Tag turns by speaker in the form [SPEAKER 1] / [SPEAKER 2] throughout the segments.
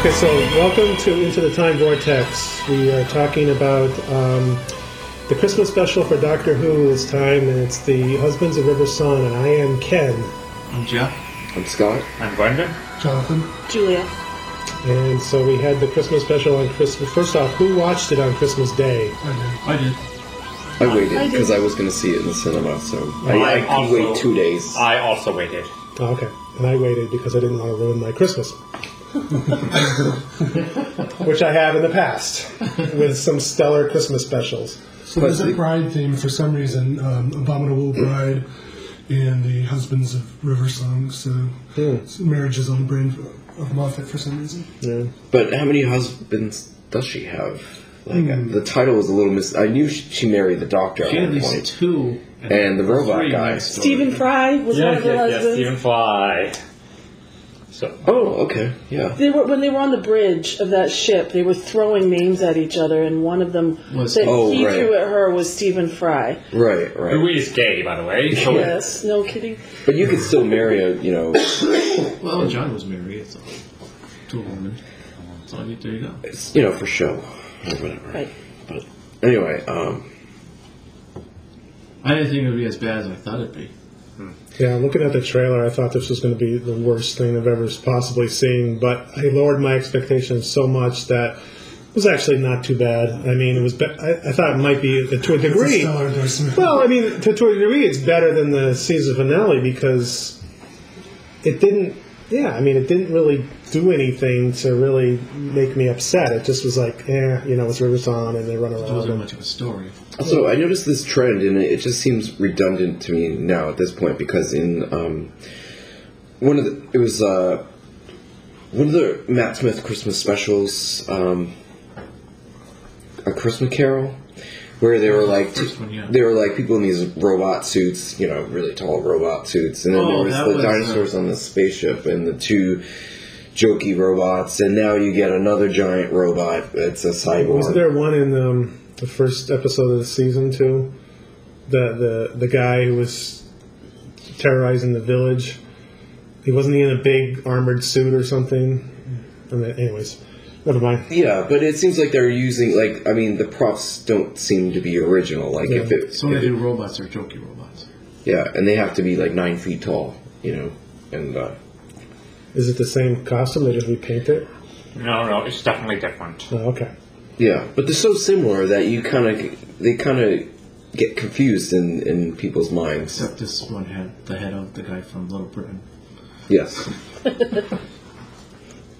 [SPEAKER 1] Okay, so welcome to Into the Time Vortex. We are talking about um, the Christmas special for Doctor Who this time, and it's the Husbands of River Song, and I am Ken.
[SPEAKER 2] I'm Jeff.
[SPEAKER 3] I'm Scott.
[SPEAKER 4] I'm Brendan.
[SPEAKER 5] Jonathan.
[SPEAKER 6] Julia.
[SPEAKER 1] And so we had the Christmas special on Christmas. First off, who watched it on Christmas Day?
[SPEAKER 2] I did.
[SPEAKER 3] I waited
[SPEAKER 6] I
[SPEAKER 3] because
[SPEAKER 6] did.
[SPEAKER 3] I was going to see it in the cinema, so
[SPEAKER 4] I'm
[SPEAKER 3] I, I could
[SPEAKER 4] also-
[SPEAKER 3] wait two days.
[SPEAKER 4] I also waited.
[SPEAKER 1] Oh, okay, and I waited because I didn't want to ruin my Christmas, which I have in the past with some stellar Christmas specials.
[SPEAKER 5] So there's
[SPEAKER 3] But
[SPEAKER 5] a
[SPEAKER 3] the-
[SPEAKER 5] bride theme for some reason. Um, Abominable Bride and the Husbands of River Song. So
[SPEAKER 1] Hmm.
[SPEAKER 5] it's marriage is on the brain of Moffat for some reason.
[SPEAKER 3] but how many husbands does she have? Like
[SPEAKER 6] Hmm.
[SPEAKER 3] the title was a little mis. I knew she, she married the doctor
[SPEAKER 2] She
[SPEAKER 3] at
[SPEAKER 2] had at
[SPEAKER 3] one
[SPEAKER 2] least
[SPEAKER 3] point,
[SPEAKER 2] two.
[SPEAKER 3] and the robot
[SPEAKER 2] three
[SPEAKER 3] guy.
[SPEAKER 2] next
[SPEAKER 6] Stephen Fry was one
[SPEAKER 2] Yes,
[SPEAKER 6] of her
[SPEAKER 2] yes, yes,
[SPEAKER 6] husbands.
[SPEAKER 4] Stephen Fly. So
[SPEAKER 3] Oh, okay, yeah.
[SPEAKER 6] They were when they were on the bridge of that ship. They were throwing names at each other, and one of them
[SPEAKER 2] Was-
[SPEAKER 6] that
[SPEAKER 3] Oh,
[SPEAKER 6] he
[SPEAKER 3] right.
[SPEAKER 6] threw at her was Stephen Fry.
[SPEAKER 3] Right,
[SPEAKER 4] who
[SPEAKER 3] right.
[SPEAKER 4] is gay, by the way.
[SPEAKER 2] Oh,
[SPEAKER 4] So
[SPEAKER 6] Yes, no kidding.
[SPEAKER 3] But you could still marry a, you know,
[SPEAKER 2] Well, John was married so, to a woman. So I need there you go.
[SPEAKER 3] it's, you know, for show or whatever.
[SPEAKER 6] Right.
[SPEAKER 3] But anyway, um,
[SPEAKER 2] I didn't think it would be as bad as I thought it'd be.
[SPEAKER 1] Yeah, looking at the trailer, I thought this was going to be the worst thing I've ever possibly seen, but I lowered my expectations so much that it was actually not too bad. I mean, it was. Be- I, I thought it might be uh, to a
[SPEAKER 5] It's a
[SPEAKER 1] degree.
[SPEAKER 5] stellar endorsement.
[SPEAKER 1] Well, I mean, to, to a degree, it's better than the season finale because it didn't. Yeah, I mean, it didn't really do anything to really make me upset. It just was like, eh, you know, it's Rivers on and they run
[SPEAKER 2] It wasn't
[SPEAKER 1] around.
[SPEAKER 2] much of a story.
[SPEAKER 3] also I noticed this trend, and it just seems redundant to me now at this point because in um, one of the it was uh, one of the Matt Smith Christmas specials, um, a Christmas Carol, where they were like
[SPEAKER 2] the first one, yeah.
[SPEAKER 3] they were like people in these robot suits, you know, really tall robot suits, and then
[SPEAKER 2] Oh,
[SPEAKER 3] there
[SPEAKER 2] that
[SPEAKER 3] was the
[SPEAKER 2] was, uh,
[SPEAKER 3] dinosaurs on the spaceship and the two jokey robots, and now you get another giant robot that's a cyborg.
[SPEAKER 1] Was there one in um, the first episode of the season two? The the the guy who was terrorizing the village. He wasn't he in a big armored suit or something. I mean, anyways, never mind.
[SPEAKER 3] Yeah, but it seems like they're using like I mean the props don't seem to be original. Like if it,
[SPEAKER 2] So when I do robots, they're jokey robots.
[SPEAKER 3] yeah, and they have to be like nine feet tall, you know, and uh,
[SPEAKER 1] Is it the same costume? They just repaint it.
[SPEAKER 4] no, no, it's definitely different.
[SPEAKER 1] Oh, okay.
[SPEAKER 3] yeah, but they're so similar that you kind of they kind of get confused in in people's minds.
[SPEAKER 2] Except this one had the head of the guy from Little Britain.
[SPEAKER 3] Yes.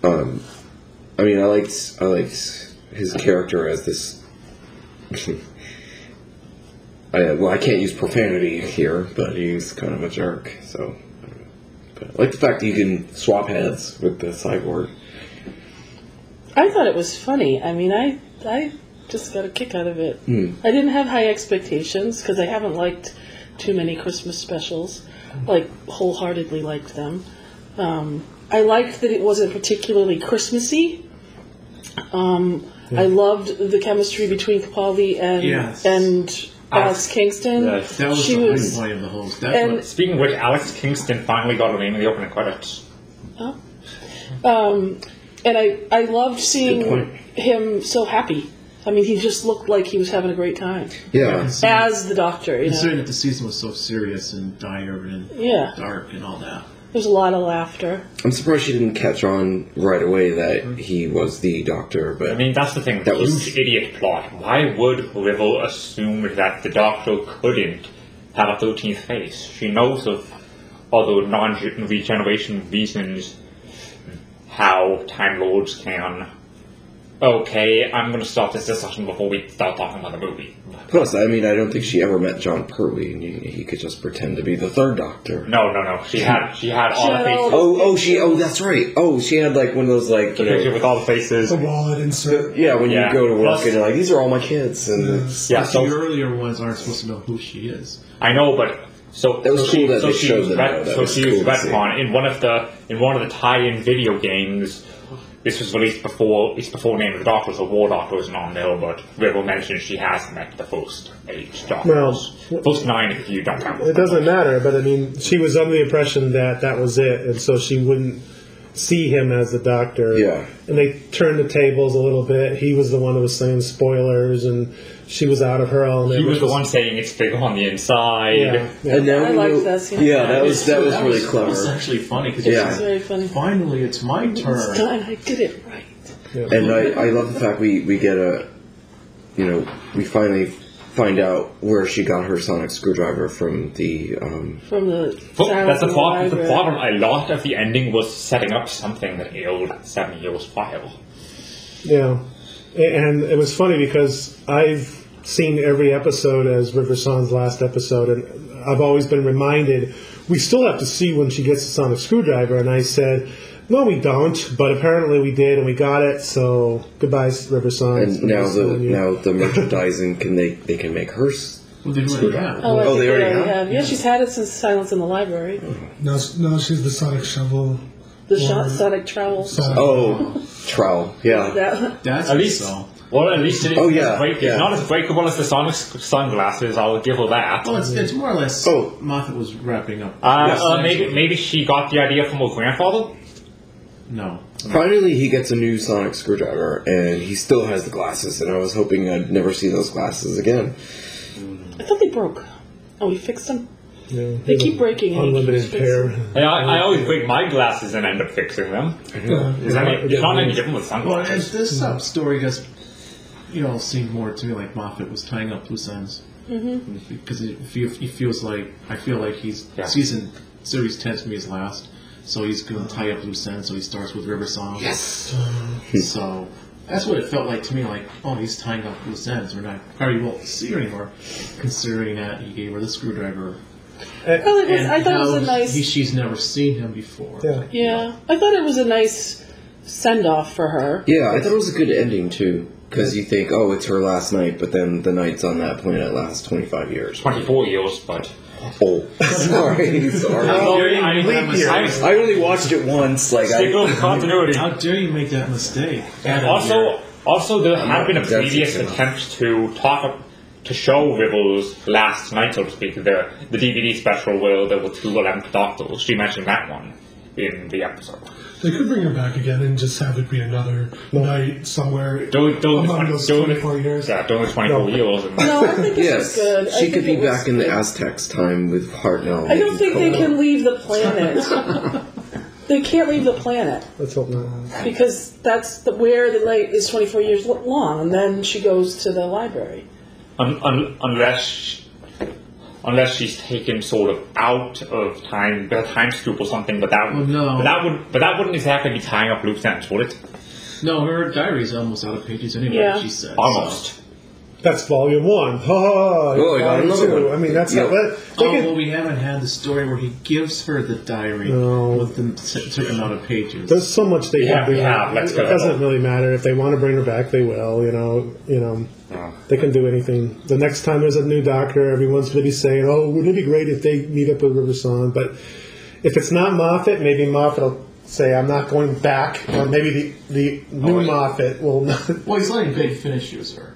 [SPEAKER 3] um, I mean, I liked I liked his character as this. I, well, I can't use profanity here, but he's kind of a jerk. So, but I like the fact that you can swap heads with the cyborg.
[SPEAKER 6] I thought it was funny. I mean, I I just got a kick out of it. I didn't have high expectations because I haven't liked too many Christmas specials, like wholeheartedly liked them. Um, I liked that it wasn't particularly Christmassy. Um, I loved the chemistry between Capaldi and
[SPEAKER 2] Yes.
[SPEAKER 6] and Alex
[SPEAKER 4] Alex.
[SPEAKER 6] Kingston.
[SPEAKER 4] Yes,
[SPEAKER 2] That was
[SPEAKER 6] she
[SPEAKER 2] the
[SPEAKER 6] was.
[SPEAKER 2] whole point of the whole. That's
[SPEAKER 6] and-
[SPEAKER 2] what,
[SPEAKER 4] Speaking of which, Alex Kingston finally got a name in the opening credits.
[SPEAKER 6] Um, and I, I loved
[SPEAKER 3] point.
[SPEAKER 6] seeing him so happy. I mean, he just looked like he was having a great time
[SPEAKER 3] Yeah,
[SPEAKER 6] as the doctor. You know?
[SPEAKER 2] considering that the season was so serious and dire and
[SPEAKER 6] Yeah,
[SPEAKER 2] dark and all that.
[SPEAKER 6] there's a lot of laughter.
[SPEAKER 3] I'm surprised she didn't catch on right away that he was the doctor. But
[SPEAKER 4] I mean, that's the thing.
[SPEAKER 3] That
[SPEAKER 4] huge
[SPEAKER 3] was-
[SPEAKER 4] idiot plot. Why would Rivel assume that the Doctor couldn't have a thirteenth face? She knows of other non-regeneration reasons how Time Lords can. Okay, I'm gonna stop this discussion before we start talking about the movie.
[SPEAKER 3] plus, I mean, I don't think she ever met John Pertwee, and he, he could just pretend to be the third doctor.
[SPEAKER 4] No, no, no. She had she had
[SPEAKER 6] She
[SPEAKER 4] all the
[SPEAKER 6] had all
[SPEAKER 4] faces.
[SPEAKER 6] the-
[SPEAKER 3] Oh, oh, she. Oh, that's right. Oh, she had like one of those like.
[SPEAKER 4] the
[SPEAKER 3] You
[SPEAKER 4] picture
[SPEAKER 3] know,
[SPEAKER 4] with all the faces.
[SPEAKER 1] Oh,
[SPEAKER 5] The wallet insert.
[SPEAKER 3] yeah, when
[SPEAKER 4] Yeah.
[SPEAKER 3] you go to work
[SPEAKER 4] Plus-
[SPEAKER 3] and you're like, these are all my kids, and it's,
[SPEAKER 4] Yeah,
[SPEAKER 2] the
[SPEAKER 4] so-
[SPEAKER 2] earlier ones aren't supposed to know who she is.
[SPEAKER 4] I know, but so
[SPEAKER 3] That was
[SPEAKER 4] so she,
[SPEAKER 3] cool that
[SPEAKER 4] so
[SPEAKER 3] they
[SPEAKER 4] she
[SPEAKER 3] showed
[SPEAKER 4] was
[SPEAKER 3] them,
[SPEAKER 4] ret-
[SPEAKER 3] though. That
[SPEAKER 4] so
[SPEAKER 3] was
[SPEAKER 4] she
[SPEAKER 3] cool
[SPEAKER 4] was
[SPEAKER 3] to see.
[SPEAKER 4] retcon in one of the in one of the tie-in video games. This was released before it's before Name of the Doctor, so War Doctor isn't on there, but River mentioned she has met the first eight Doctors.
[SPEAKER 1] Well,
[SPEAKER 4] first nine if you don't count.
[SPEAKER 1] It doesn't matter, but I mean, she was under the impression that that was it, and so she wouldn't. see him as the doctor.
[SPEAKER 3] Yeah.
[SPEAKER 1] And they turned the tables a little bit. He was the one who was saying spoilers, and she was out of her element.
[SPEAKER 4] He was
[SPEAKER 1] which
[SPEAKER 4] the one saying it's big on the inside.
[SPEAKER 1] Yeah, yeah.
[SPEAKER 3] And now
[SPEAKER 6] I
[SPEAKER 3] we
[SPEAKER 6] liked
[SPEAKER 3] know-
[SPEAKER 6] that scene.
[SPEAKER 3] Yeah, that was that was
[SPEAKER 2] That
[SPEAKER 3] really
[SPEAKER 2] That was
[SPEAKER 3] clever.
[SPEAKER 2] actually funny because
[SPEAKER 3] Yeah.
[SPEAKER 6] It's very funny.
[SPEAKER 2] finally it's my
[SPEAKER 6] This
[SPEAKER 2] turn.
[SPEAKER 6] time I did it right.
[SPEAKER 3] And I, I love the fact we, we get a, you know, we finally find out where she got her sonic screwdriver from the um,
[SPEAKER 6] From the
[SPEAKER 4] But
[SPEAKER 6] sound
[SPEAKER 4] that's the
[SPEAKER 6] from
[SPEAKER 4] problem. The
[SPEAKER 6] library.
[SPEAKER 4] problem. A lot of the ending was setting up something that ailed Seven Years File.
[SPEAKER 1] Yeah, and it was funny because I've seen every episode as River Song's last episode, and I've always been reminded we still have to see when she gets the sonic screwdriver. And I said, "No, we don't," but apparently we did, and we got it. So goodbye, River Song. It's
[SPEAKER 3] and
[SPEAKER 1] been
[SPEAKER 3] now
[SPEAKER 1] nice
[SPEAKER 3] the
[SPEAKER 1] knowing you.
[SPEAKER 3] now the merchandising can they they can make her s-
[SPEAKER 2] Well, they do it now.
[SPEAKER 6] Oh, I
[SPEAKER 3] Oh,
[SPEAKER 6] think
[SPEAKER 3] they already
[SPEAKER 6] they already
[SPEAKER 3] have?
[SPEAKER 6] have. Yeah, she's had it since Silence in the Library.
[SPEAKER 5] Now, now she's the Sonic Shovel.
[SPEAKER 6] The shot,
[SPEAKER 5] Or-
[SPEAKER 6] Sonic Trowel.
[SPEAKER 5] Sonic.
[SPEAKER 3] oh trowel yeah
[SPEAKER 6] That,
[SPEAKER 2] That's
[SPEAKER 4] At least,
[SPEAKER 2] so.
[SPEAKER 4] well, at least it is
[SPEAKER 3] Oh, yeah,
[SPEAKER 4] break-
[SPEAKER 3] yeah.
[SPEAKER 4] it's not as breakable as the Sonic s- sunglasses. I'll give her that.
[SPEAKER 2] Well, it's, it's more or less.
[SPEAKER 3] Oh.
[SPEAKER 2] Moffat was wrapping up.
[SPEAKER 4] Uh,
[SPEAKER 2] Yes,
[SPEAKER 4] uh,
[SPEAKER 2] actually.
[SPEAKER 4] maybe maybe she got the idea from her grandfather.
[SPEAKER 2] No.
[SPEAKER 3] finally he gets a new sonic screwdriver and he still has the glasses and I was hoping I'd never see those glasses again
[SPEAKER 6] I thought they broke. Oh, we fixed them.
[SPEAKER 1] Yeah.
[SPEAKER 6] They keep breaking. and he
[SPEAKER 1] unlimited
[SPEAKER 6] keeps fixing
[SPEAKER 1] pair.
[SPEAKER 6] them.
[SPEAKER 4] I, I always break my glasses and end up fixing them. Is that any- it's not any different with
[SPEAKER 2] Well,
[SPEAKER 4] sunglasses.
[SPEAKER 2] and this uh, story does, you know, seem more to me like Moffat was tying up loose ends. Mm-hmm. Because it, fe- he feels like I feel like he's
[SPEAKER 4] Yeah.
[SPEAKER 2] season series ten to me is last, so he's going to tie up loose ends. So he starts with River Song. Yes. so that's what it felt like to me. Like, oh, he's tying up loose ends. We're not probably won't see her anymore, considering that he gave her the screwdriver.
[SPEAKER 6] Well, it was, I
[SPEAKER 2] And
[SPEAKER 6] thought it was a
[SPEAKER 2] now
[SPEAKER 6] nice.
[SPEAKER 2] he- she's never seen him before.
[SPEAKER 1] Yeah.
[SPEAKER 6] yeah, I thought it was a nice send off for her.
[SPEAKER 3] yeah I thought it was a good ending too because you think oh it's her last night but then the night's on that planet lasts 25 years
[SPEAKER 4] Twenty-four years, but
[SPEAKER 3] oh sorry sorry
[SPEAKER 4] Oh,
[SPEAKER 2] dare you
[SPEAKER 4] I-
[SPEAKER 2] make that
[SPEAKER 4] I-
[SPEAKER 2] mistake.
[SPEAKER 3] I only watched it once. Like I,
[SPEAKER 4] Signal continuity.
[SPEAKER 2] How dare you make that mistake? Adam,
[SPEAKER 4] Also,
[SPEAKER 2] you're-
[SPEAKER 4] also there
[SPEAKER 3] I'm
[SPEAKER 4] have
[SPEAKER 3] not
[SPEAKER 4] been a
[SPEAKER 3] exactly
[SPEAKER 4] previous
[SPEAKER 3] sure.
[SPEAKER 4] attempt to talk up, to show Ribble's last night, so to speak, the the DVD special where there were two eleventh Doctors. She mentioned that one in the episode.
[SPEAKER 5] They could bring her back again and just have it be another night somewhere.
[SPEAKER 4] During, during the
[SPEAKER 5] Among
[SPEAKER 4] 20
[SPEAKER 5] Oh, those
[SPEAKER 4] during the-
[SPEAKER 5] 24 years.
[SPEAKER 4] Yeah, during the twenty-four years. And
[SPEAKER 6] No, I think this was
[SPEAKER 3] Yes,
[SPEAKER 6] good. I
[SPEAKER 3] she could
[SPEAKER 6] think
[SPEAKER 3] be
[SPEAKER 6] it was
[SPEAKER 3] back in the
[SPEAKER 6] good.
[SPEAKER 3] Aztecs time with Hartnell.
[SPEAKER 6] I don't think they can leave the planet. they can't leave the planet
[SPEAKER 1] Let's hope not.
[SPEAKER 6] because that's the, where the light is 24 years lo- long, and then she goes to the library.
[SPEAKER 4] un, un, unless unless she's taken sort of out of time, a time scoop or something. But that would
[SPEAKER 2] Well, Oh, no.
[SPEAKER 4] but that would but that wouldn't exactly be tying up loose ends, would it?
[SPEAKER 2] No, her diary's almost out of pages anyway.
[SPEAKER 6] Yeah.
[SPEAKER 2] She said
[SPEAKER 4] Almost.
[SPEAKER 2] So.
[SPEAKER 1] That's volume one. Ha ha.
[SPEAKER 3] Oh, I got
[SPEAKER 1] Volume
[SPEAKER 3] another
[SPEAKER 1] two.
[SPEAKER 3] one.
[SPEAKER 1] I mean, that's
[SPEAKER 3] Yep.
[SPEAKER 1] not. That, they
[SPEAKER 2] Oh
[SPEAKER 1] could-
[SPEAKER 2] well, we haven't had the story where he gives her the diary
[SPEAKER 1] No.
[SPEAKER 2] with the c- certain amount of pages.
[SPEAKER 1] There's so much they
[SPEAKER 4] Yeah,
[SPEAKER 1] can do.
[SPEAKER 4] yeah, let's
[SPEAKER 1] it
[SPEAKER 4] go.
[SPEAKER 1] doesn't really matter if they want to bring her back. They will. You know. You know.
[SPEAKER 4] Yeah.
[SPEAKER 1] They can do anything. The next time there's a new doctor, everyone's going to be saying, "Oh, wouldn't it be great if they meet up with River Song?" But if it's not Moffat, maybe Moffat will say, "I'm not going back," or maybe the the new
[SPEAKER 4] Alright.
[SPEAKER 1] Moffat will. Not.
[SPEAKER 2] well, he's letting Big Finish use her.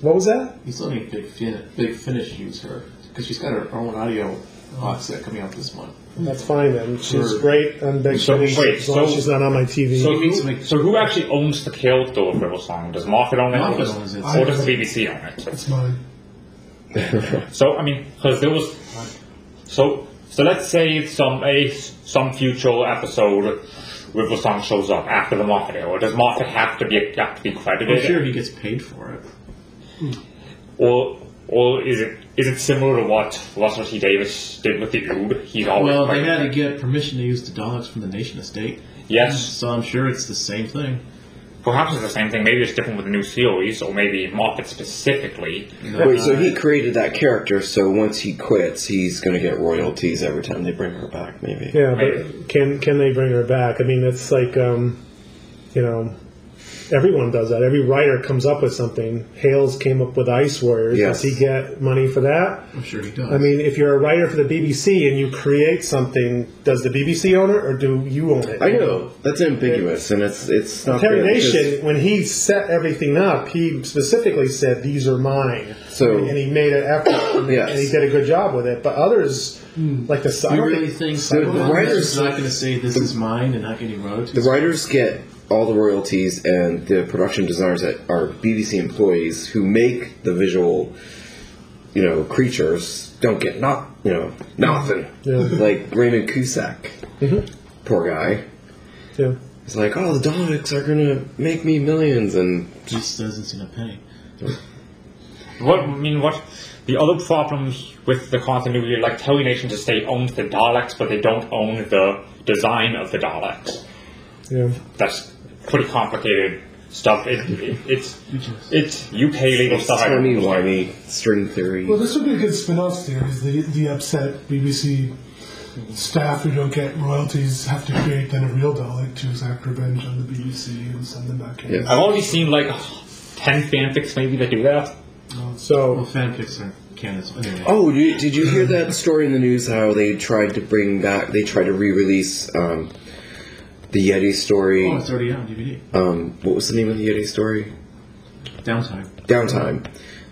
[SPEAKER 1] What was that?
[SPEAKER 2] He's letting Big fin- Big Finish use her because she's got her own audio box set coming out this month.
[SPEAKER 1] That's fine then. She's
[SPEAKER 2] Sure.
[SPEAKER 1] great and big.
[SPEAKER 4] So,
[SPEAKER 1] finish,
[SPEAKER 4] wait,
[SPEAKER 1] as long as
[SPEAKER 4] so-
[SPEAKER 1] she's not on my TV.
[SPEAKER 4] So
[SPEAKER 2] needs to
[SPEAKER 4] who,
[SPEAKER 2] make-
[SPEAKER 4] so who actually owns the character of River Song? Does Moffat own it, or
[SPEAKER 2] Moffat
[SPEAKER 4] does,
[SPEAKER 2] owns it.
[SPEAKER 4] or does the BBC own it?
[SPEAKER 5] It's mine.
[SPEAKER 4] So I mean, because there was, so so let's say some a some future episode, River Song shows up after the Moffat era. Does Moffat have to be have to be
[SPEAKER 2] Well,
[SPEAKER 4] credited,
[SPEAKER 2] Oh, sure, he gets paid for
[SPEAKER 4] Oh,
[SPEAKER 2] it.
[SPEAKER 4] or or is it is it similar to what Russell T Davis did with the Ood? He's always
[SPEAKER 2] Well, they
[SPEAKER 4] credited.
[SPEAKER 2] had to get permission to use the dogs from the Nation Estate,
[SPEAKER 4] yes.
[SPEAKER 2] so I'm sure it's the same thing.
[SPEAKER 4] Perhaps it's the same thing. Maybe it's different with the new series, or maybe Moffat specifically.
[SPEAKER 3] Wait, so he created that character. So once he quits, he's gonna get royalties every time they bring her back. Maybe.
[SPEAKER 1] Yeah,
[SPEAKER 4] Maybe.
[SPEAKER 1] but can can they bring her back? I mean, it's like, um, you know, everyone does that. Every writer comes up with something. Hales came up with Ice Warriors.
[SPEAKER 3] Yes.
[SPEAKER 1] Does he get money for that?
[SPEAKER 2] I'm sure he does.
[SPEAKER 1] I mean, if you're a writer for the BBC and you create something, does the BBC own it or do you own it?
[SPEAKER 3] I know that's ambiguous, and it's it's not fair because-
[SPEAKER 1] Termination, when he set everything up, he specifically said, These are mine.
[SPEAKER 3] So-
[SPEAKER 1] and he made an effort and-
[SPEAKER 3] Yes.
[SPEAKER 1] and he did a good job with it. But others, like the
[SPEAKER 2] I
[SPEAKER 1] side,
[SPEAKER 2] really think
[SPEAKER 3] the
[SPEAKER 2] Cyberman
[SPEAKER 3] writers-
[SPEAKER 2] is not going to say this is mine and not getting royalties.
[SPEAKER 3] the writers get all the royalties, and the production designers that are BBC employees who make the visual, you know, creatures don't get not you know nothing.
[SPEAKER 1] Yeah.
[SPEAKER 3] Like Raymond Cusack, poor guy.
[SPEAKER 1] yeah.
[SPEAKER 3] It's like, oh, the Daleks are gonna make me millions, and
[SPEAKER 2] just doesn't seem to pay.
[SPEAKER 4] What I mean, what the other problems with the continuity, like Terry Nation to say owns the Daleks, but they don't own the design of the Daleks.
[SPEAKER 1] yeah.
[SPEAKER 4] That's pretty complicated stuff. It, it, it's it's UK legal stuff. I don't
[SPEAKER 3] tiny
[SPEAKER 4] understand.
[SPEAKER 3] whiny string theory.
[SPEAKER 5] Well, this would be a good spin-off series. The the upset BBC staff who don't get royalties have to create then a real Dalek to exact revenge on the BBC and send them back in.
[SPEAKER 3] Yeah.
[SPEAKER 4] I've already seen like ten fanfics maybe that do that.
[SPEAKER 2] Well,
[SPEAKER 1] So,
[SPEAKER 2] fanfics are canceled. Anyway,
[SPEAKER 3] Oh, you, did you hear that story in the news? How they tried to bring back, they tried to re-release um, the Yeti story.
[SPEAKER 2] oh, it's already out on DVD.
[SPEAKER 3] Um, what was the name of the Yeti story?
[SPEAKER 2] Downtime.
[SPEAKER 3] Downtime,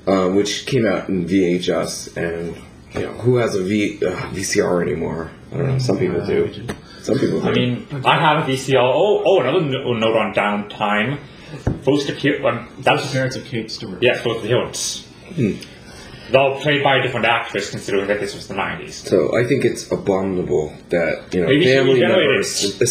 [SPEAKER 3] um, which came out in VHS, and you know who has a v, uh, VCR anymore? I don't know. Some people do. Some people. Do.
[SPEAKER 4] I mean, I have a VCR. Oh, oh, another no- note on downtime. Foster Pu- um,
[SPEAKER 2] That's
[SPEAKER 4] that's
[SPEAKER 2] the parents of Kate Stewart.
[SPEAKER 4] yeah, Foster Hills. Though played by a different actress, considering that this was the nineties.
[SPEAKER 3] so I think it's abominable that you know
[SPEAKER 4] Maybe she
[SPEAKER 3] family
[SPEAKER 4] regenerated.
[SPEAKER 3] members,
[SPEAKER 4] Maybe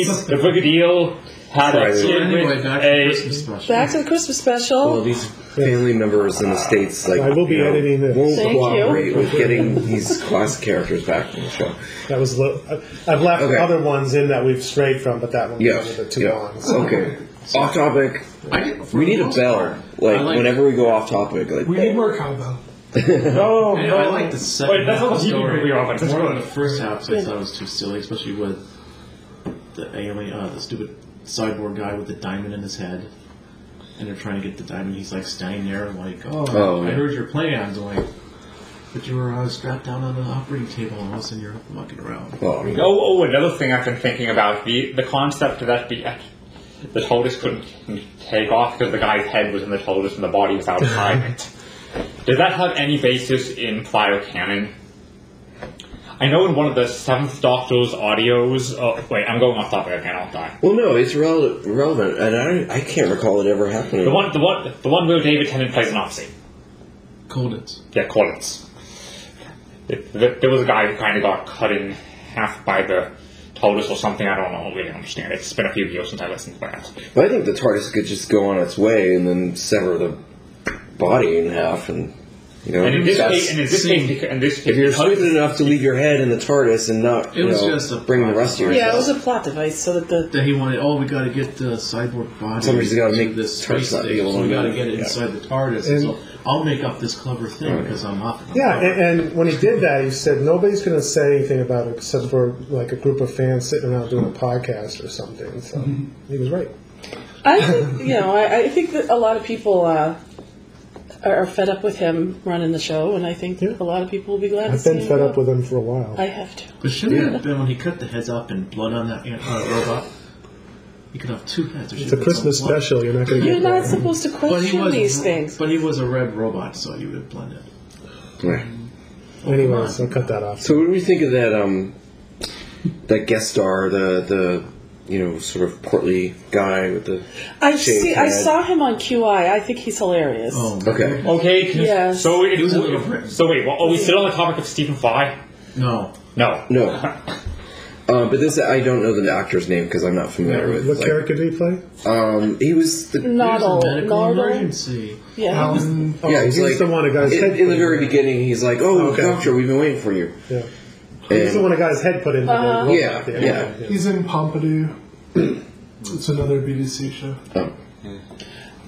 [SPEAKER 3] estates.
[SPEAKER 4] the Brigadier had a
[SPEAKER 3] Right.
[SPEAKER 2] So
[SPEAKER 4] kid
[SPEAKER 2] anyway,
[SPEAKER 4] with
[SPEAKER 2] back to
[SPEAKER 4] a
[SPEAKER 2] Christmas special.
[SPEAKER 6] Back to the Christmas special.
[SPEAKER 3] Well, these family members and estates like
[SPEAKER 1] I will be
[SPEAKER 3] you know,
[SPEAKER 1] editing this.
[SPEAKER 3] won't
[SPEAKER 6] Thank you.
[SPEAKER 3] cooperate with getting these classic characters back in the show.
[SPEAKER 1] that was. Lo- I- I've left
[SPEAKER 3] Okay.
[SPEAKER 1] other ones in that we've strayed from, but that one
[SPEAKER 3] Yeah.
[SPEAKER 1] was a bit too
[SPEAKER 3] yeah.
[SPEAKER 1] long. So.
[SPEAKER 3] Okay. Off topic.
[SPEAKER 2] I didn't- for
[SPEAKER 3] We need
[SPEAKER 2] the
[SPEAKER 3] a
[SPEAKER 2] most
[SPEAKER 3] bell.
[SPEAKER 2] part,
[SPEAKER 3] Like,
[SPEAKER 2] I like-
[SPEAKER 3] whenever we go off topic, like
[SPEAKER 5] We need more cowbell.
[SPEAKER 4] no,
[SPEAKER 2] I-
[SPEAKER 4] no.
[SPEAKER 2] I like the second
[SPEAKER 4] Wait, that's
[SPEAKER 2] half
[SPEAKER 4] not
[SPEAKER 2] of
[SPEAKER 4] the
[SPEAKER 2] the
[SPEAKER 4] TV
[SPEAKER 2] story.
[SPEAKER 4] movie reference.
[SPEAKER 2] More
[SPEAKER 4] That's
[SPEAKER 2] than the first half, so I thought it was too silly, especially with the alien, uh, the stupid cyborg guy with the diamond in his head. And they're trying to get the diamond. He's like standing there, like, oh,
[SPEAKER 3] Oh,
[SPEAKER 2] I
[SPEAKER 3] yeah.
[SPEAKER 2] heard your plans. I'm like, but you were uh, strapped down on the operating table, and all of a sudden you're mucking around.
[SPEAKER 3] well, I mean,
[SPEAKER 4] Oh, oh, another thing I've been thinking about the the concept that the the TARDIS couldn't take off because the guy's head was in the TARDIS and the body was outside it. Does that have any basis in prior canon? I know in one of the Seventh Doctor's audios. Oh, wait, I'm going off topic again. I'll die.
[SPEAKER 3] well, no, it's rele- relevant, and I don't- I can't recall it ever happening.
[SPEAKER 4] The one, the one, the one where David Tennant plays an Nazi.
[SPEAKER 2] Colditz.
[SPEAKER 4] Yeah, Collins. Th- th- There was a guy who kind of got cut in half by the TARDIS or something. I don't know. I really understand. It's been a few years since I listened to that.
[SPEAKER 3] But I think the TARDIS could just go on its way and then sever the body in half, and you know,
[SPEAKER 4] And in this
[SPEAKER 3] that's-
[SPEAKER 4] case, and in this case, and this case,
[SPEAKER 3] if you're stupid enough to leave your head in the TARDIS and not,
[SPEAKER 2] It
[SPEAKER 3] you
[SPEAKER 2] was
[SPEAKER 3] know,
[SPEAKER 2] just a
[SPEAKER 3] bring the rest of
[SPEAKER 6] yeah, it
[SPEAKER 3] yourself.
[SPEAKER 6] was a plot device so that the
[SPEAKER 2] That he wanted, oh, we gotta get the cyborg body.
[SPEAKER 3] Somebody's gotta
[SPEAKER 2] to
[SPEAKER 3] make
[SPEAKER 2] this
[SPEAKER 3] TARDIS
[SPEAKER 2] space
[SPEAKER 3] not be
[SPEAKER 2] station,
[SPEAKER 3] able
[SPEAKER 2] so we
[SPEAKER 3] to
[SPEAKER 2] gotta
[SPEAKER 3] move.
[SPEAKER 2] get it
[SPEAKER 3] Yeah.
[SPEAKER 2] inside the TARDIS. so I'll make up this clever thing because I'm off.
[SPEAKER 1] Yeah, and, and when he did that, he said nobody's going to say anything about it except for like a group of fans sitting around doing a podcast or something. So
[SPEAKER 5] Mm-hmm.
[SPEAKER 1] he was right.
[SPEAKER 6] I think you know I, I think that a lot of people uh, are, are fed up with him running the show, and I think a lot of people will be glad to
[SPEAKER 1] I've
[SPEAKER 6] see
[SPEAKER 1] been
[SPEAKER 6] him
[SPEAKER 1] fed
[SPEAKER 6] go.
[SPEAKER 1] up with him for a while.
[SPEAKER 6] I have to.
[SPEAKER 2] But shouldn't it have been when he cut the heads off and blood on that ant- uh, robot? He could have two heads. There
[SPEAKER 1] It's a
[SPEAKER 2] should've been some
[SPEAKER 1] Christmas
[SPEAKER 2] blood.
[SPEAKER 1] special. You're not going to
[SPEAKER 6] You're
[SPEAKER 1] get
[SPEAKER 6] not
[SPEAKER 1] that.
[SPEAKER 6] supposed to question these things.
[SPEAKER 2] But he was a red robot, so you would have blended.
[SPEAKER 3] Right.
[SPEAKER 1] Anyways, I'll cut that off.
[SPEAKER 3] So what do we think of that? Um, that guest star, the the you know sort of portly guy with the
[SPEAKER 6] I
[SPEAKER 3] shaved
[SPEAKER 6] see. I
[SPEAKER 3] head.
[SPEAKER 6] saw him on QI. I think he's hilarious.
[SPEAKER 2] Oh,
[SPEAKER 3] Okay.
[SPEAKER 4] okay, can,
[SPEAKER 6] Yes.
[SPEAKER 4] so it,
[SPEAKER 2] He was a little prick.
[SPEAKER 4] so wait, well, are we still on the topic of Stephen Fry?
[SPEAKER 2] no.
[SPEAKER 4] No,
[SPEAKER 3] No. Uh, but this, I don't know the actor's name because I'm not familiar with.
[SPEAKER 1] What
[SPEAKER 3] like,
[SPEAKER 1] character did he play?
[SPEAKER 3] Um, he was the
[SPEAKER 2] There's
[SPEAKER 6] Noddle.
[SPEAKER 2] a medical
[SPEAKER 6] Noddle.
[SPEAKER 2] emergency.
[SPEAKER 6] Yeah.
[SPEAKER 5] Alan,
[SPEAKER 1] Oh,
[SPEAKER 3] yeah, he's
[SPEAKER 1] he's
[SPEAKER 3] like
[SPEAKER 1] the one that got his
[SPEAKER 3] in,
[SPEAKER 1] head
[SPEAKER 3] in the
[SPEAKER 1] put
[SPEAKER 3] very beginning. He's like, "Oh,
[SPEAKER 1] Okay.
[SPEAKER 3] doctor, we've been waiting for you."
[SPEAKER 1] Yeah.
[SPEAKER 3] And
[SPEAKER 1] He's the one that got his head put in.
[SPEAKER 6] Uh-huh.
[SPEAKER 1] the
[SPEAKER 3] Yeah,
[SPEAKER 1] at the end.
[SPEAKER 3] yeah.
[SPEAKER 5] he's in Pompadour. it's another BBC show.
[SPEAKER 3] oh,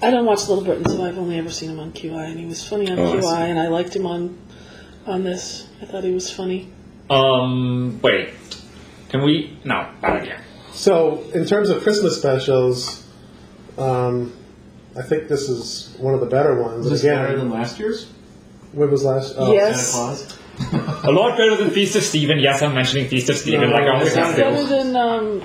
[SPEAKER 6] I don't watch Little Britain, so I've only ever seen him on QI, and he was funny on
[SPEAKER 3] Oh, I see.
[SPEAKER 6] QI, and I liked him on on this. I thought he was funny.
[SPEAKER 4] um, wait, can we? No, bad idea.
[SPEAKER 1] So, in terms of Christmas specials, Um, I think this is one of the better ones.
[SPEAKER 2] Was this
[SPEAKER 1] Again,
[SPEAKER 2] better than last year's?
[SPEAKER 1] what was last? Oh,
[SPEAKER 6] Yes.
[SPEAKER 2] Santa Claus?
[SPEAKER 4] A lot better than Feast of Stephen. Yes, I'm mentioning Feast of Stephen
[SPEAKER 1] No,
[SPEAKER 4] like I always
[SPEAKER 2] it's not
[SPEAKER 4] have
[SPEAKER 6] Better
[SPEAKER 4] to.
[SPEAKER 6] than um,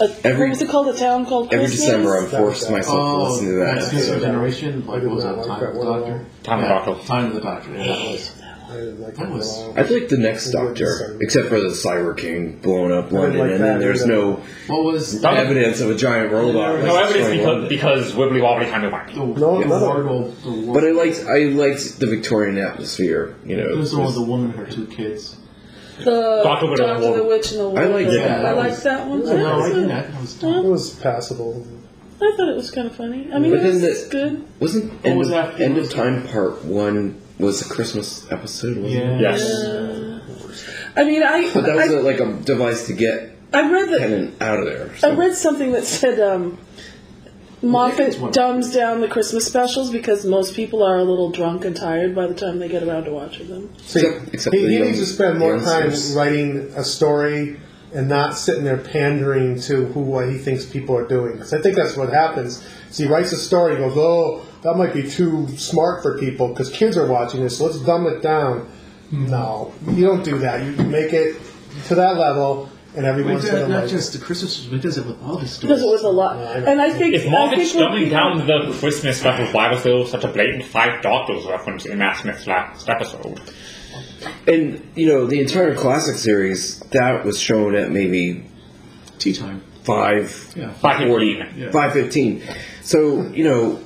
[SPEAKER 6] a,
[SPEAKER 3] Every-
[SPEAKER 6] what was it called? A town called
[SPEAKER 3] Every
[SPEAKER 6] Christmas?
[SPEAKER 3] December, I'm forced
[SPEAKER 1] That-
[SPEAKER 3] myself to
[SPEAKER 2] Oh,
[SPEAKER 3] listen to that.
[SPEAKER 2] that's Kiss
[SPEAKER 3] episode.
[SPEAKER 2] of Generation.
[SPEAKER 1] I
[SPEAKER 2] Like,
[SPEAKER 1] did
[SPEAKER 2] what was
[SPEAKER 1] not like
[SPEAKER 2] that? Time
[SPEAKER 1] that
[SPEAKER 2] of the
[SPEAKER 1] one at
[SPEAKER 2] Doctor?
[SPEAKER 4] Time of the
[SPEAKER 2] Yeah,
[SPEAKER 4] Doctor.
[SPEAKER 2] Time of the Doctor. yeah, that was-
[SPEAKER 1] I didn't like
[SPEAKER 2] That
[SPEAKER 1] that
[SPEAKER 2] was-
[SPEAKER 1] one.
[SPEAKER 3] I like the next
[SPEAKER 1] Yeah,
[SPEAKER 3] Doctor,
[SPEAKER 1] sorry.
[SPEAKER 3] except for the Cyber King blowing up London,
[SPEAKER 1] like
[SPEAKER 3] and
[SPEAKER 1] that
[SPEAKER 3] then there's
[SPEAKER 1] either.
[SPEAKER 3] no
[SPEAKER 2] What was
[SPEAKER 4] That-
[SPEAKER 3] evidence of a giant robot.
[SPEAKER 4] No
[SPEAKER 3] like,
[SPEAKER 4] evidence
[SPEAKER 3] destroying London.
[SPEAKER 4] because, because wibbly wobbly timey
[SPEAKER 2] the,
[SPEAKER 4] wimey.
[SPEAKER 2] the
[SPEAKER 1] No, another one.
[SPEAKER 2] Wardle- the Wardle-
[SPEAKER 3] But I liked I liked the Victorian atmosphere. You know,
[SPEAKER 2] It was the one with the
[SPEAKER 3] It
[SPEAKER 2] woman and her two kids.
[SPEAKER 6] The
[SPEAKER 4] Doctor with a
[SPEAKER 6] Doctor the
[SPEAKER 4] Wolf.
[SPEAKER 6] Witch and the Wolf.
[SPEAKER 3] I like
[SPEAKER 2] that.
[SPEAKER 6] I
[SPEAKER 2] That
[SPEAKER 6] like
[SPEAKER 2] was-
[SPEAKER 6] that one.
[SPEAKER 2] No,
[SPEAKER 6] That
[SPEAKER 2] I
[SPEAKER 6] was
[SPEAKER 2] didn't.
[SPEAKER 6] a-
[SPEAKER 2] That was
[SPEAKER 1] It
[SPEAKER 2] dumb.
[SPEAKER 1] was passable.
[SPEAKER 6] I thought it was kind of funny. I mean,
[SPEAKER 3] But
[SPEAKER 6] it was
[SPEAKER 3] then the-
[SPEAKER 6] it's good.
[SPEAKER 3] wasn't end,
[SPEAKER 2] was
[SPEAKER 3] of,
[SPEAKER 2] after-
[SPEAKER 3] end of time part one was a Christmas episode. Wasn't
[SPEAKER 2] Yeah.
[SPEAKER 3] It?
[SPEAKER 4] Yes.
[SPEAKER 6] I mean, I
[SPEAKER 3] But that was
[SPEAKER 6] I,
[SPEAKER 3] a, like a device to get
[SPEAKER 6] I read that
[SPEAKER 3] Tennant out of there.
[SPEAKER 6] I
[SPEAKER 3] So.
[SPEAKER 6] read something that said um, Moffat
[SPEAKER 2] Dickens one.
[SPEAKER 6] dumbs down the Christmas specials because most people are a little drunk and tired by the time they get around to watching them.
[SPEAKER 3] Except- except
[SPEAKER 1] he,
[SPEAKER 3] the
[SPEAKER 1] he
[SPEAKER 3] young-
[SPEAKER 1] needs to spend more time
[SPEAKER 3] youngsters.
[SPEAKER 1] writing a story and not sitting there pandering to who what he thinks people are doing. Because I think that's what happens. Is he writes a story, and goes, "Oh, that might be too smart for people because kids are watching this. Let's dumb it down." No, you don't do that. You make it to that level, and
[SPEAKER 2] But
[SPEAKER 1] everyone's
[SPEAKER 2] that,
[SPEAKER 1] going to
[SPEAKER 2] not
[SPEAKER 1] like. it.
[SPEAKER 2] just the Christmas, but does it with all the stories.
[SPEAKER 6] Because it was a lot, and I think
[SPEAKER 4] If
[SPEAKER 6] I
[SPEAKER 4] Moffat's
[SPEAKER 6] think when
[SPEAKER 4] dumbing down
[SPEAKER 6] people-
[SPEAKER 4] the Christmas special, why was there such a blatant Five Doctors reference in Matt Smith's last episode?
[SPEAKER 3] and you know the entire classic series that was shown at maybe
[SPEAKER 2] tea time.
[SPEAKER 3] five
[SPEAKER 2] Yeah.
[SPEAKER 4] Five Fourteen.
[SPEAKER 2] Yeah.
[SPEAKER 3] five fifteen. So you know,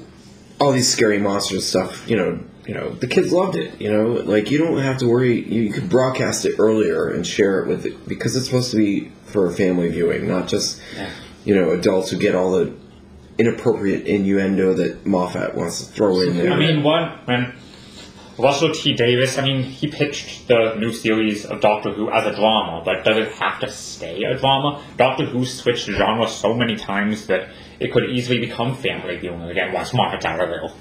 [SPEAKER 3] all these scary monsters and stuff. You know, you know the kids loved it. You know, like you don't have to worry. You, you could broadcast it earlier and share it with it because it's supposed to be for family viewing, not just you know adults who get all the inappropriate innuendo that Moffat wants to throw in there.
[SPEAKER 4] I mean, one when Russell T. Davis. I mean, he pitched the new series of Doctor Who as a drama, but does it have to stay a drama? Doctor Who switched genre so many times that it could easily become family viewing again once Margaret's out of there.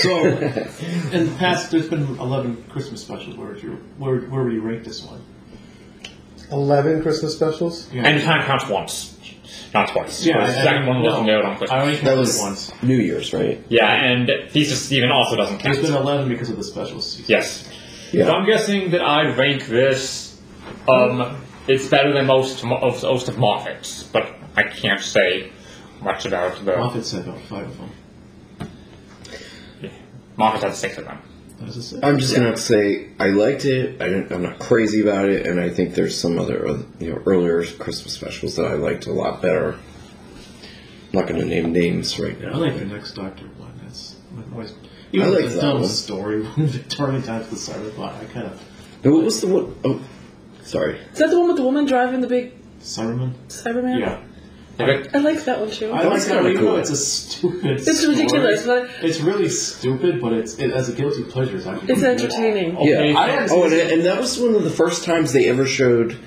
[SPEAKER 2] So, in the past, there's been 11 Christmas specials. Where would you, where, where would you rank this one?
[SPEAKER 1] Eleven Christmas specials.
[SPEAKER 2] Yeah.
[SPEAKER 4] And the time counts once, not twice.
[SPEAKER 2] Yeah,
[SPEAKER 4] the
[SPEAKER 2] I-
[SPEAKER 4] second
[SPEAKER 2] I-
[SPEAKER 4] one wasn't
[SPEAKER 2] no.
[SPEAKER 4] aired on
[SPEAKER 2] I
[SPEAKER 4] Christmas.
[SPEAKER 2] only
[SPEAKER 3] that
[SPEAKER 2] counted
[SPEAKER 3] was
[SPEAKER 2] it once.
[SPEAKER 3] New Year's, right?
[SPEAKER 4] Yeah, and Feast of Stephen also doesn't
[SPEAKER 2] There's been
[SPEAKER 4] count.
[SPEAKER 2] 11 because of the specials.
[SPEAKER 4] Yes. So I'm guessing that I'd rank this. Um, it's better than most mo- of most of Moffat's, but I can't say much about the
[SPEAKER 2] Moffat said about five of them.
[SPEAKER 4] Moffat has six of them.
[SPEAKER 2] That was a six.
[SPEAKER 3] I'm just gonna have to say I liked it. I didn't, I'm not crazy about it, and I think there's some other uh, you know earlier Christmas specials that I liked a lot better. I'm not gonna name names right
[SPEAKER 2] I
[SPEAKER 3] now.
[SPEAKER 2] like the next Doctor one. That's my voice. Even
[SPEAKER 3] I
[SPEAKER 2] though
[SPEAKER 3] like
[SPEAKER 2] it's a
[SPEAKER 3] that
[SPEAKER 2] dumb
[SPEAKER 3] one.
[SPEAKER 2] story when Victorian times the Cyberpod. I kind of
[SPEAKER 3] And what was the one oh sorry.
[SPEAKER 6] is that the one with the woman driving the big
[SPEAKER 2] Cyberman.
[SPEAKER 6] Cyberman?
[SPEAKER 2] Yeah,
[SPEAKER 4] Like,
[SPEAKER 6] I like that one too.
[SPEAKER 2] I like
[SPEAKER 3] was
[SPEAKER 2] that.
[SPEAKER 3] kinda
[SPEAKER 2] one, Even
[SPEAKER 3] cool.
[SPEAKER 2] though it's a stupid.
[SPEAKER 6] It's
[SPEAKER 2] story.
[SPEAKER 6] ridiculous, but-
[SPEAKER 2] it's really stupid. But it's it, as a guilty pleasure. It's, actually
[SPEAKER 6] It's
[SPEAKER 2] pretty good.
[SPEAKER 6] entertaining.
[SPEAKER 4] Okay,
[SPEAKER 3] Yeah.
[SPEAKER 2] I had
[SPEAKER 3] oh, and, and that was one of the first times they ever showed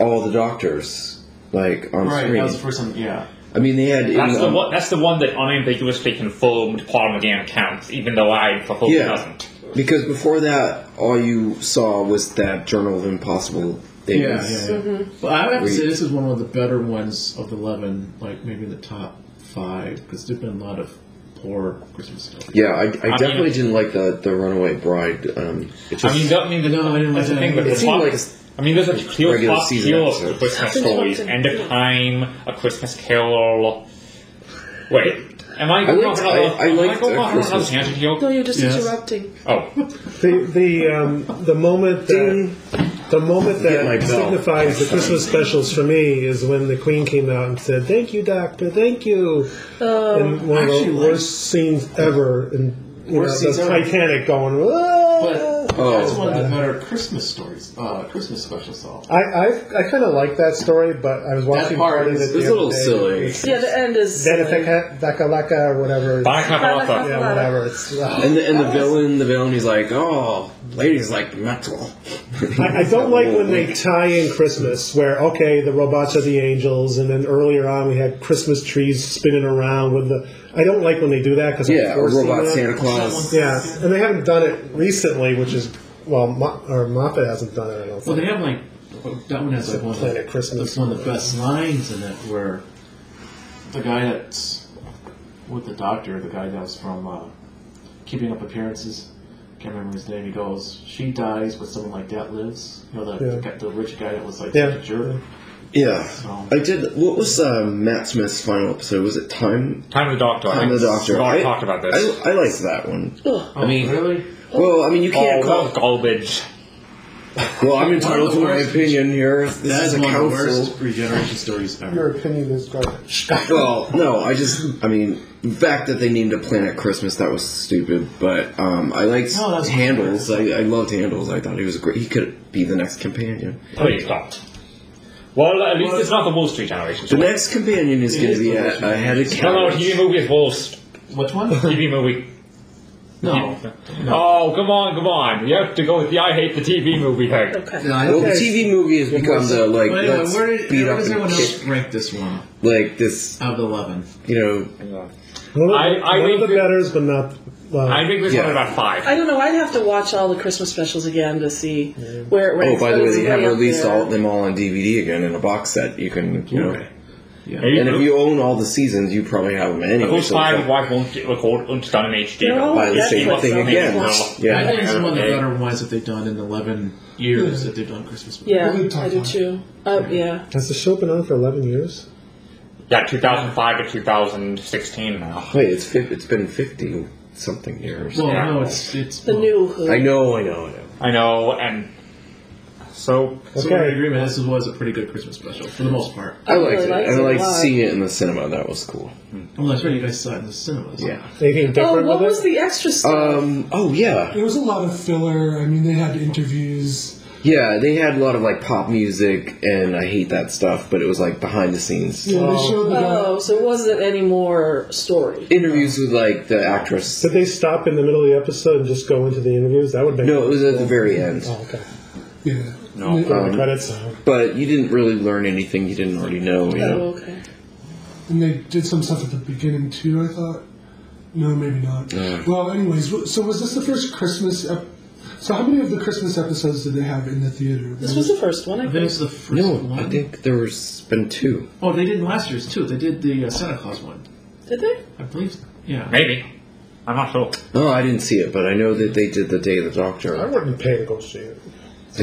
[SPEAKER 3] all the doctors like on
[SPEAKER 2] Right, that was the
[SPEAKER 3] screen.
[SPEAKER 2] first time. Yeah,
[SPEAKER 3] I mean, they had in,
[SPEAKER 4] that's the
[SPEAKER 3] um,
[SPEAKER 4] one. That's the one that unambiguously confirmed Parmigian counts, even though I propose it
[SPEAKER 3] Yeah.
[SPEAKER 4] doesn't.
[SPEAKER 3] because before that, all you saw was that Journal of Impossible things.
[SPEAKER 2] yeah, yeah. yeah. But I would have to
[SPEAKER 3] We-
[SPEAKER 2] say this is one of the better ones of the eleven. Like maybe in the top five because there've been a lot of poor Christmas stories.
[SPEAKER 3] Yeah, I, I, definitely
[SPEAKER 4] mean-
[SPEAKER 3] didn't like the, the Runaway Bride. Um, it just,
[SPEAKER 4] I mean, that, I mean, the,
[SPEAKER 2] No, I didn't
[SPEAKER 4] that's the
[SPEAKER 2] like
[SPEAKER 4] thing
[SPEAKER 2] that.
[SPEAKER 4] with
[SPEAKER 3] It
[SPEAKER 4] the
[SPEAKER 3] seemed
[SPEAKER 4] plot-
[SPEAKER 3] like
[SPEAKER 4] I mean, there's a clear
[SPEAKER 3] regular
[SPEAKER 4] plot
[SPEAKER 3] season
[SPEAKER 4] heel
[SPEAKER 3] episode.
[SPEAKER 4] of Christmas stories, End of Time, A Christmas Carol. Wait, am I going
[SPEAKER 3] liked-
[SPEAKER 4] off on another-
[SPEAKER 3] I- I
[SPEAKER 4] am
[SPEAKER 3] liked,
[SPEAKER 4] going
[SPEAKER 3] uh,
[SPEAKER 4] off on another
[SPEAKER 3] Christmas-
[SPEAKER 4] tangent here?
[SPEAKER 6] No, Oh, you're just
[SPEAKER 2] Yes.
[SPEAKER 6] interrupting.
[SPEAKER 4] Oh,
[SPEAKER 1] The the um, the moment that the moment
[SPEAKER 3] Get my
[SPEAKER 1] that
[SPEAKER 3] bell.
[SPEAKER 1] signifies the Christmas specials for me is when the Queen came out and said, "Thank you, Doctor. Thank you." and one of
[SPEAKER 2] actually,
[SPEAKER 1] the
[SPEAKER 2] like-
[SPEAKER 1] worst scenes ever, and you know,
[SPEAKER 2] Worst
[SPEAKER 1] the
[SPEAKER 2] scenes ever.
[SPEAKER 1] Titanic going. "Whoa."
[SPEAKER 2] But
[SPEAKER 3] Oh.
[SPEAKER 2] that's one of the better Christmas stories, uh, Christmas special songs.
[SPEAKER 1] I I, I kind of like that story, but I was watching
[SPEAKER 2] part
[SPEAKER 1] part of
[SPEAKER 2] is-
[SPEAKER 1] it the
[SPEAKER 3] it's a
[SPEAKER 1] other
[SPEAKER 3] little
[SPEAKER 1] day.
[SPEAKER 3] silly.
[SPEAKER 1] It's-
[SPEAKER 6] Yeah, the end is.
[SPEAKER 1] Then it's like, "Huh, Daka Laka or whatever. It's-
[SPEAKER 4] bye, Kapalapa.
[SPEAKER 1] Yeah, whatever. It's, uh,
[SPEAKER 3] and the, and the villain, the villain, he's like, oh, ladies like metal.
[SPEAKER 1] I, I don't like when they tie in Christmas, where okay, the robots are the angels, and then earlier on we had Christmas trees spinning around with the. I don't like when they do that because
[SPEAKER 3] Yeah, a robot Santa Claus.
[SPEAKER 1] Yeah, and they haven't done it recently, which is well, Mo- or Moffat hasn't done it. I don't
[SPEAKER 2] Well,
[SPEAKER 1] think.
[SPEAKER 2] they have like that one has like one of
[SPEAKER 1] Planet
[SPEAKER 2] the,
[SPEAKER 1] Christmas.
[SPEAKER 2] that's one of the best lines in it, where the guy that's with the doctor, the guy that was from uh, Keeping Up Appearances. Can't remember his name. He goes, "She dies, but someone like that lives." You know, the
[SPEAKER 1] Yeah.
[SPEAKER 2] the, guy- the rich guy that was like
[SPEAKER 1] Yeah.
[SPEAKER 2] such a jerk.
[SPEAKER 3] Yeah.
[SPEAKER 2] So-
[SPEAKER 3] I did. What was uh, Matt Smith's final episode? Was it Time?
[SPEAKER 4] Time of the Doctor.
[SPEAKER 3] Time of the Doctor.
[SPEAKER 4] I
[SPEAKER 3] I
[SPEAKER 4] talked about this.
[SPEAKER 3] I, I liked that one.
[SPEAKER 6] Ugh.
[SPEAKER 2] I mean, really?
[SPEAKER 3] Well, I mean, you can't
[SPEAKER 4] oh,
[SPEAKER 3] call.
[SPEAKER 4] that was garbage.
[SPEAKER 3] Well, I'm
[SPEAKER 2] One
[SPEAKER 3] entitled
[SPEAKER 2] of the
[SPEAKER 3] to my
[SPEAKER 2] worst-
[SPEAKER 3] opinion here. This
[SPEAKER 2] That
[SPEAKER 3] is
[SPEAKER 2] is
[SPEAKER 3] a
[SPEAKER 2] one of the
[SPEAKER 3] council.
[SPEAKER 2] worst regeneration stories
[SPEAKER 1] Your
[SPEAKER 2] ever.
[SPEAKER 1] opinion is garbage.
[SPEAKER 3] Well, no, I just, I mean, the fact that they named a planet Christmas that was stupid, but um, I liked
[SPEAKER 2] No, that was-
[SPEAKER 3] Handles. I, I loved Handles. I thought he was great. He could be the next companion.
[SPEAKER 4] Please stop. Well, at least it's not the worst regeneration.
[SPEAKER 3] The next companion is
[SPEAKER 2] It
[SPEAKER 3] going to
[SPEAKER 2] is
[SPEAKER 3] be
[SPEAKER 2] the
[SPEAKER 3] a,
[SPEAKER 2] worst
[SPEAKER 3] a headed
[SPEAKER 4] No, no,
[SPEAKER 3] cat.
[SPEAKER 4] TV movie is worst.
[SPEAKER 2] Which one?
[SPEAKER 4] TV movie.
[SPEAKER 2] no.
[SPEAKER 4] Oh, come on, come on. You have to go with the I hate the TV movie thing.
[SPEAKER 6] Okay.
[SPEAKER 2] No, I
[SPEAKER 3] Well,
[SPEAKER 2] don't
[SPEAKER 3] the TV movie has become the like
[SPEAKER 2] But anyway,
[SPEAKER 3] let's
[SPEAKER 2] where, did,
[SPEAKER 3] beat
[SPEAKER 2] where
[SPEAKER 3] up
[SPEAKER 2] does
[SPEAKER 3] and
[SPEAKER 2] everyone
[SPEAKER 3] kick,
[SPEAKER 2] else rank this one
[SPEAKER 3] like this,
[SPEAKER 2] out of the eleven?
[SPEAKER 3] you know,
[SPEAKER 1] One of,
[SPEAKER 4] I- I
[SPEAKER 1] one of
[SPEAKER 4] think
[SPEAKER 1] the
[SPEAKER 4] that-
[SPEAKER 1] betters, but not. Well,
[SPEAKER 4] I think this
[SPEAKER 3] Yeah.
[SPEAKER 4] one about five.
[SPEAKER 6] I don't know. I'd have to watch all the Christmas specials again to see where it
[SPEAKER 3] Oh,
[SPEAKER 6] ranks.
[SPEAKER 3] by
[SPEAKER 6] but
[SPEAKER 3] the way,
[SPEAKER 6] it's
[SPEAKER 3] they have
[SPEAKER 6] way up
[SPEAKER 3] released
[SPEAKER 6] there.
[SPEAKER 3] all them all on DVD again in a box set. You can, you know,
[SPEAKER 4] Maybe
[SPEAKER 3] and if you own all the seasons, you probably have them
[SPEAKER 4] the
[SPEAKER 3] anyway.
[SPEAKER 4] first
[SPEAKER 3] so it's
[SPEAKER 4] five
[SPEAKER 3] like-
[SPEAKER 4] wife won't get recorded until done in HD.
[SPEAKER 6] They're all
[SPEAKER 3] Buy the
[SPEAKER 6] Yes,
[SPEAKER 3] same
[SPEAKER 6] yes,
[SPEAKER 3] thing
[SPEAKER 6] yes.
[SPEAKER 3] again.
[SPEAKER 6] Yes.
[SPEAKER 2] I
[SPEAKER 3] Yeah,
[SPEAKER 2] think it's one of the
[SPEAKER 4] Okay.
[SPEAKER 2] better ones that they've done in eleven years that they've done Christmas. movies.
[SPEAKER 6] Yeah,
[SPEAKER 5] We've talked
[SPEAKER 6] I do
[SPEAKER 5] about it.
[SPEAKER 6] too. Uh, yeah.
[SPEAKER 1] has the show been on for 11 years?
[SPEAKER 4] Yeah, 2005 to 2016 now.
[SPEAKER 3] wait, it's fif- it's been fifty something years.
[SPEAKER 2] Well,
[SPEAKER 4] Yeah.
[SPEAKER 2] no, it's it's
[SPEAKER 6] The new Who.
[SPEAKER 3] I know, I know, I know.
[SPEAKER 4] I know, and so
[SPEAKER 2] So we're in agreement. This was a pretty good Christmas special for the most part.
[SPEAKER 3] I liked
[SPEAKER 6] really
[SPEAKER 3] it,
[SPEAKER 6] liked
[SPEAKER 3] and
[SPEAKER 6] it
[SPEAKER 3] I
[SPEAKER 6] a
[SPEAKER 3] liked
[SPEAKER 6] lot.
[SPEAKER 3] seeing it in the cinema. That was cool.
[SPEAKER 2] Well, that's right. You guys saw it in the cinemas.
[SPEAKER 3] Yeah.
[SPEAKER 1] Anything
[SPEAKER 6] Oh,
[SPEAKER 1] different
[SPEAKER 6] what
[SPEAKER 1] with
[SPEAKER 6] was
[SPEAKER 1] it?
[SPEAKER 6] the extra stuff?
[SPEAKER 3] Um. Oh yeah.
[SPEAKER 5] There was a lot of filler. I mean, they had interviews.
[SPEAKER 3] Yeah. They had a lot of like pop music, and I hate that stuff. But it was like behind the scenes
[SPEAKER 5] Yeah, they showed the guy.
[SPEAKER 6] oh, so it wasn't any more story.
[SPEAKER 3] interviews with like the actress.
[SPEAKER 1] Did they stop in the middle of the episode and just go into the interviews? That would make
[SPEAKER 3] No, it was at the very end. Um,
[SPEAKER 1] Oh, okay.
[SPEAKER 5] Yeah.
[SPEAKER 4] No.
[SPEAKER 5] And,
[SPEAKER 3] Oh.
[SPEAKER 5] they,
[SPEAKER 1] The credits. uh,
[SPEAKER 3] But you didn't really learn anything you didn't already know. You
[SPEAKER 6] Oh,
[SPEAKER 3] know.
[SPEAKER 6] okay.
[SPEAKER 5] and they did some stuff at the beginning too. I thought. No, maybe not. Well, anyways, w- so was this the first Christmas? Ep- so how many of the Christmas episodes did they have in the theater?
[SPEAKER 6] This was the first one, I
[SPEAKER 2] I think
[SPEAKER 6] think.
[SPEAKER 2] it's the first
[SPEAKER 3] No,
[SPEAKER 2] one.
[SPEAKER 3] I think there was been two.
[SPEAKER 2] Oh, they did last year's too. They did the uh, Santa Claus one.
[SPEAKER 6] Did they?
[SPEAKER 2] I believe. Yeah.
[SPEAKER 4] maybe I'm not sure.
[SPEAKER 3] No, Oh, I didn't see it, but I know that they did the Day of the
[SPEAKER 1] I
[SPEAKER 3] Doctor.
[SPEAKER 1] wouldn't pay to go see it.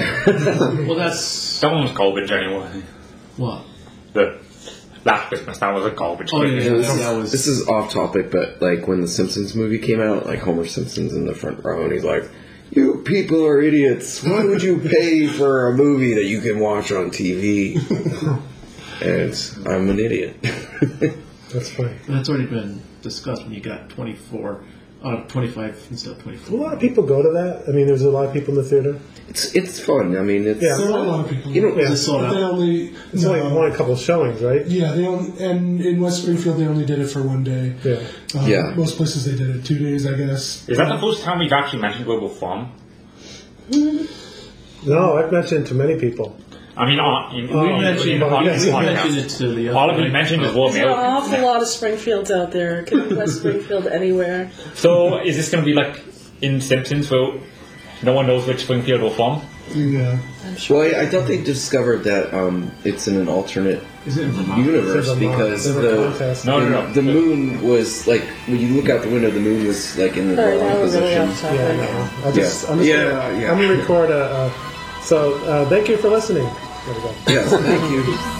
[SPEAKER 2] Well, that's
[SPEAKER 4] That one was garbage anyway.
[SPEAKER 2] what.
[SPEAKER 4] The last Christmas that was a garbage.
[SPEAKER 2] Oh, yeah,
[SPEAKER 4] Christmas.
[SPEAKER 2] yeah,
[SPEAKER 3] This
[SPEAKER 2] that
[SPEAKER 3] is,
[SPEAKER 2] was.
[SPEAKER 3] this is off topic, but like when the Simpsons movie came out, like Homer Simpson's in the front row, and he's like, "You people are idiots. Why would you pay for a movie that you can watch on TV?" and I'm an idiot.
[SPEAKER 1] That's fine.
[SPEAKER 2] that's already been discussed when you got 24 out of 25 instead of
[SPEAKER 1] A
[SPEAKER 2] 24.
[SPEAKER 1] lot of people go to that. I mean, there's a lot of people in the theater.
[SPEAKER 3] it's it's fun. I mean, it's
[SPEAKER 5] There
[SPEAKER 1] Yeah.
[SPEAKER 5] were a lot of people.
[SPEAKER 3] you know.
[SPEAKER 1] Yeah.
[SPEAKER 2] It's sold
[SPEAKER 5] But they
[SPEAKER 2] out.
[SPEAKER 5] only.
[SPEAKER 1] It's
[SPEAKER 5] no.
[SPEAKER 1] only one, a couple showings, right?
[SPEAKER 5] Yeah, they only, and in West Springfield they only did it for one day.
[SPEAKER 1] Yeah.
[SPEAKER 5] Um,
[SPEAKER 3] Yeah.
[SPEAKER 5] Most places they did it two days, I guess.
[SPEAKER 4] Is that the first time we've actually mentioned where we're from?
[SPEAKER 1] No, I've mentioned to many people.
[SPEAKER 4] I mean, on, in,
[SPEAKER 1] Oh,
[SPEAKER 4] on-
[SPEAKER 1] we
[SPEAKER 4] in-
[SPEAKER 1] mentioned-
[SPEAKER 4] on
[SPEAKER 1] yes,
[SPEAKER 4] the
[SPEAKER 1] we
[SPEAKER 4] podcast.
[SPEAKER 2] mentioned it to the other
[SPEAKER 4] All of you
[SPEAKER 2] guy.
[SPEAKER 4] mentioned is
[SPEAKER 6] There's an
[SPEAKER 4] Wormhill.
[SPEAKER 6] awful lot of Springfields out there. Can West Springfield anywhere?
[SPEAKER 4] So is this going to be like in Simpsons where no one knows which Springfield we're from?
[SPEAKER 5] Yeah.
[SPEAKER 3] Well, I, I thought they discovered that um, it's in an alternate
[SPEAKER 2] Is it in Vermont?
[SPEAKER 3] universe
[SPEAKER 1] There's a lot-
[SPEAKER 3] because
[SPEAKER 1] there's a
[SPEAKER 3] the
[SPEAKER 1] contest.
[SPEAKER 4] No, no, no.
[SPEAKER 3] the moon was like when you look out the window, the moon was like in the
[SPEAKER 6] Sorry,
[SPEAKER 3] wrong
[SPEAKER 6] now we're really
[SPEAKER 3] position.
[SPEAKER 6] off
[SPEAKER 1] Yeah,
[SPEAKER 6] topic.
[SPEAKER 1] no. I just, I'm just
[SPEAKER 3] Yeah,
[SPEAKER 1] gonna,
[SPEAKER 3] yeah.
[SPEAKER 1] I'm gonna record a. Uh, so, uh, thank you for listening. There we go.
[SPEAKER 3] Yes, thank you.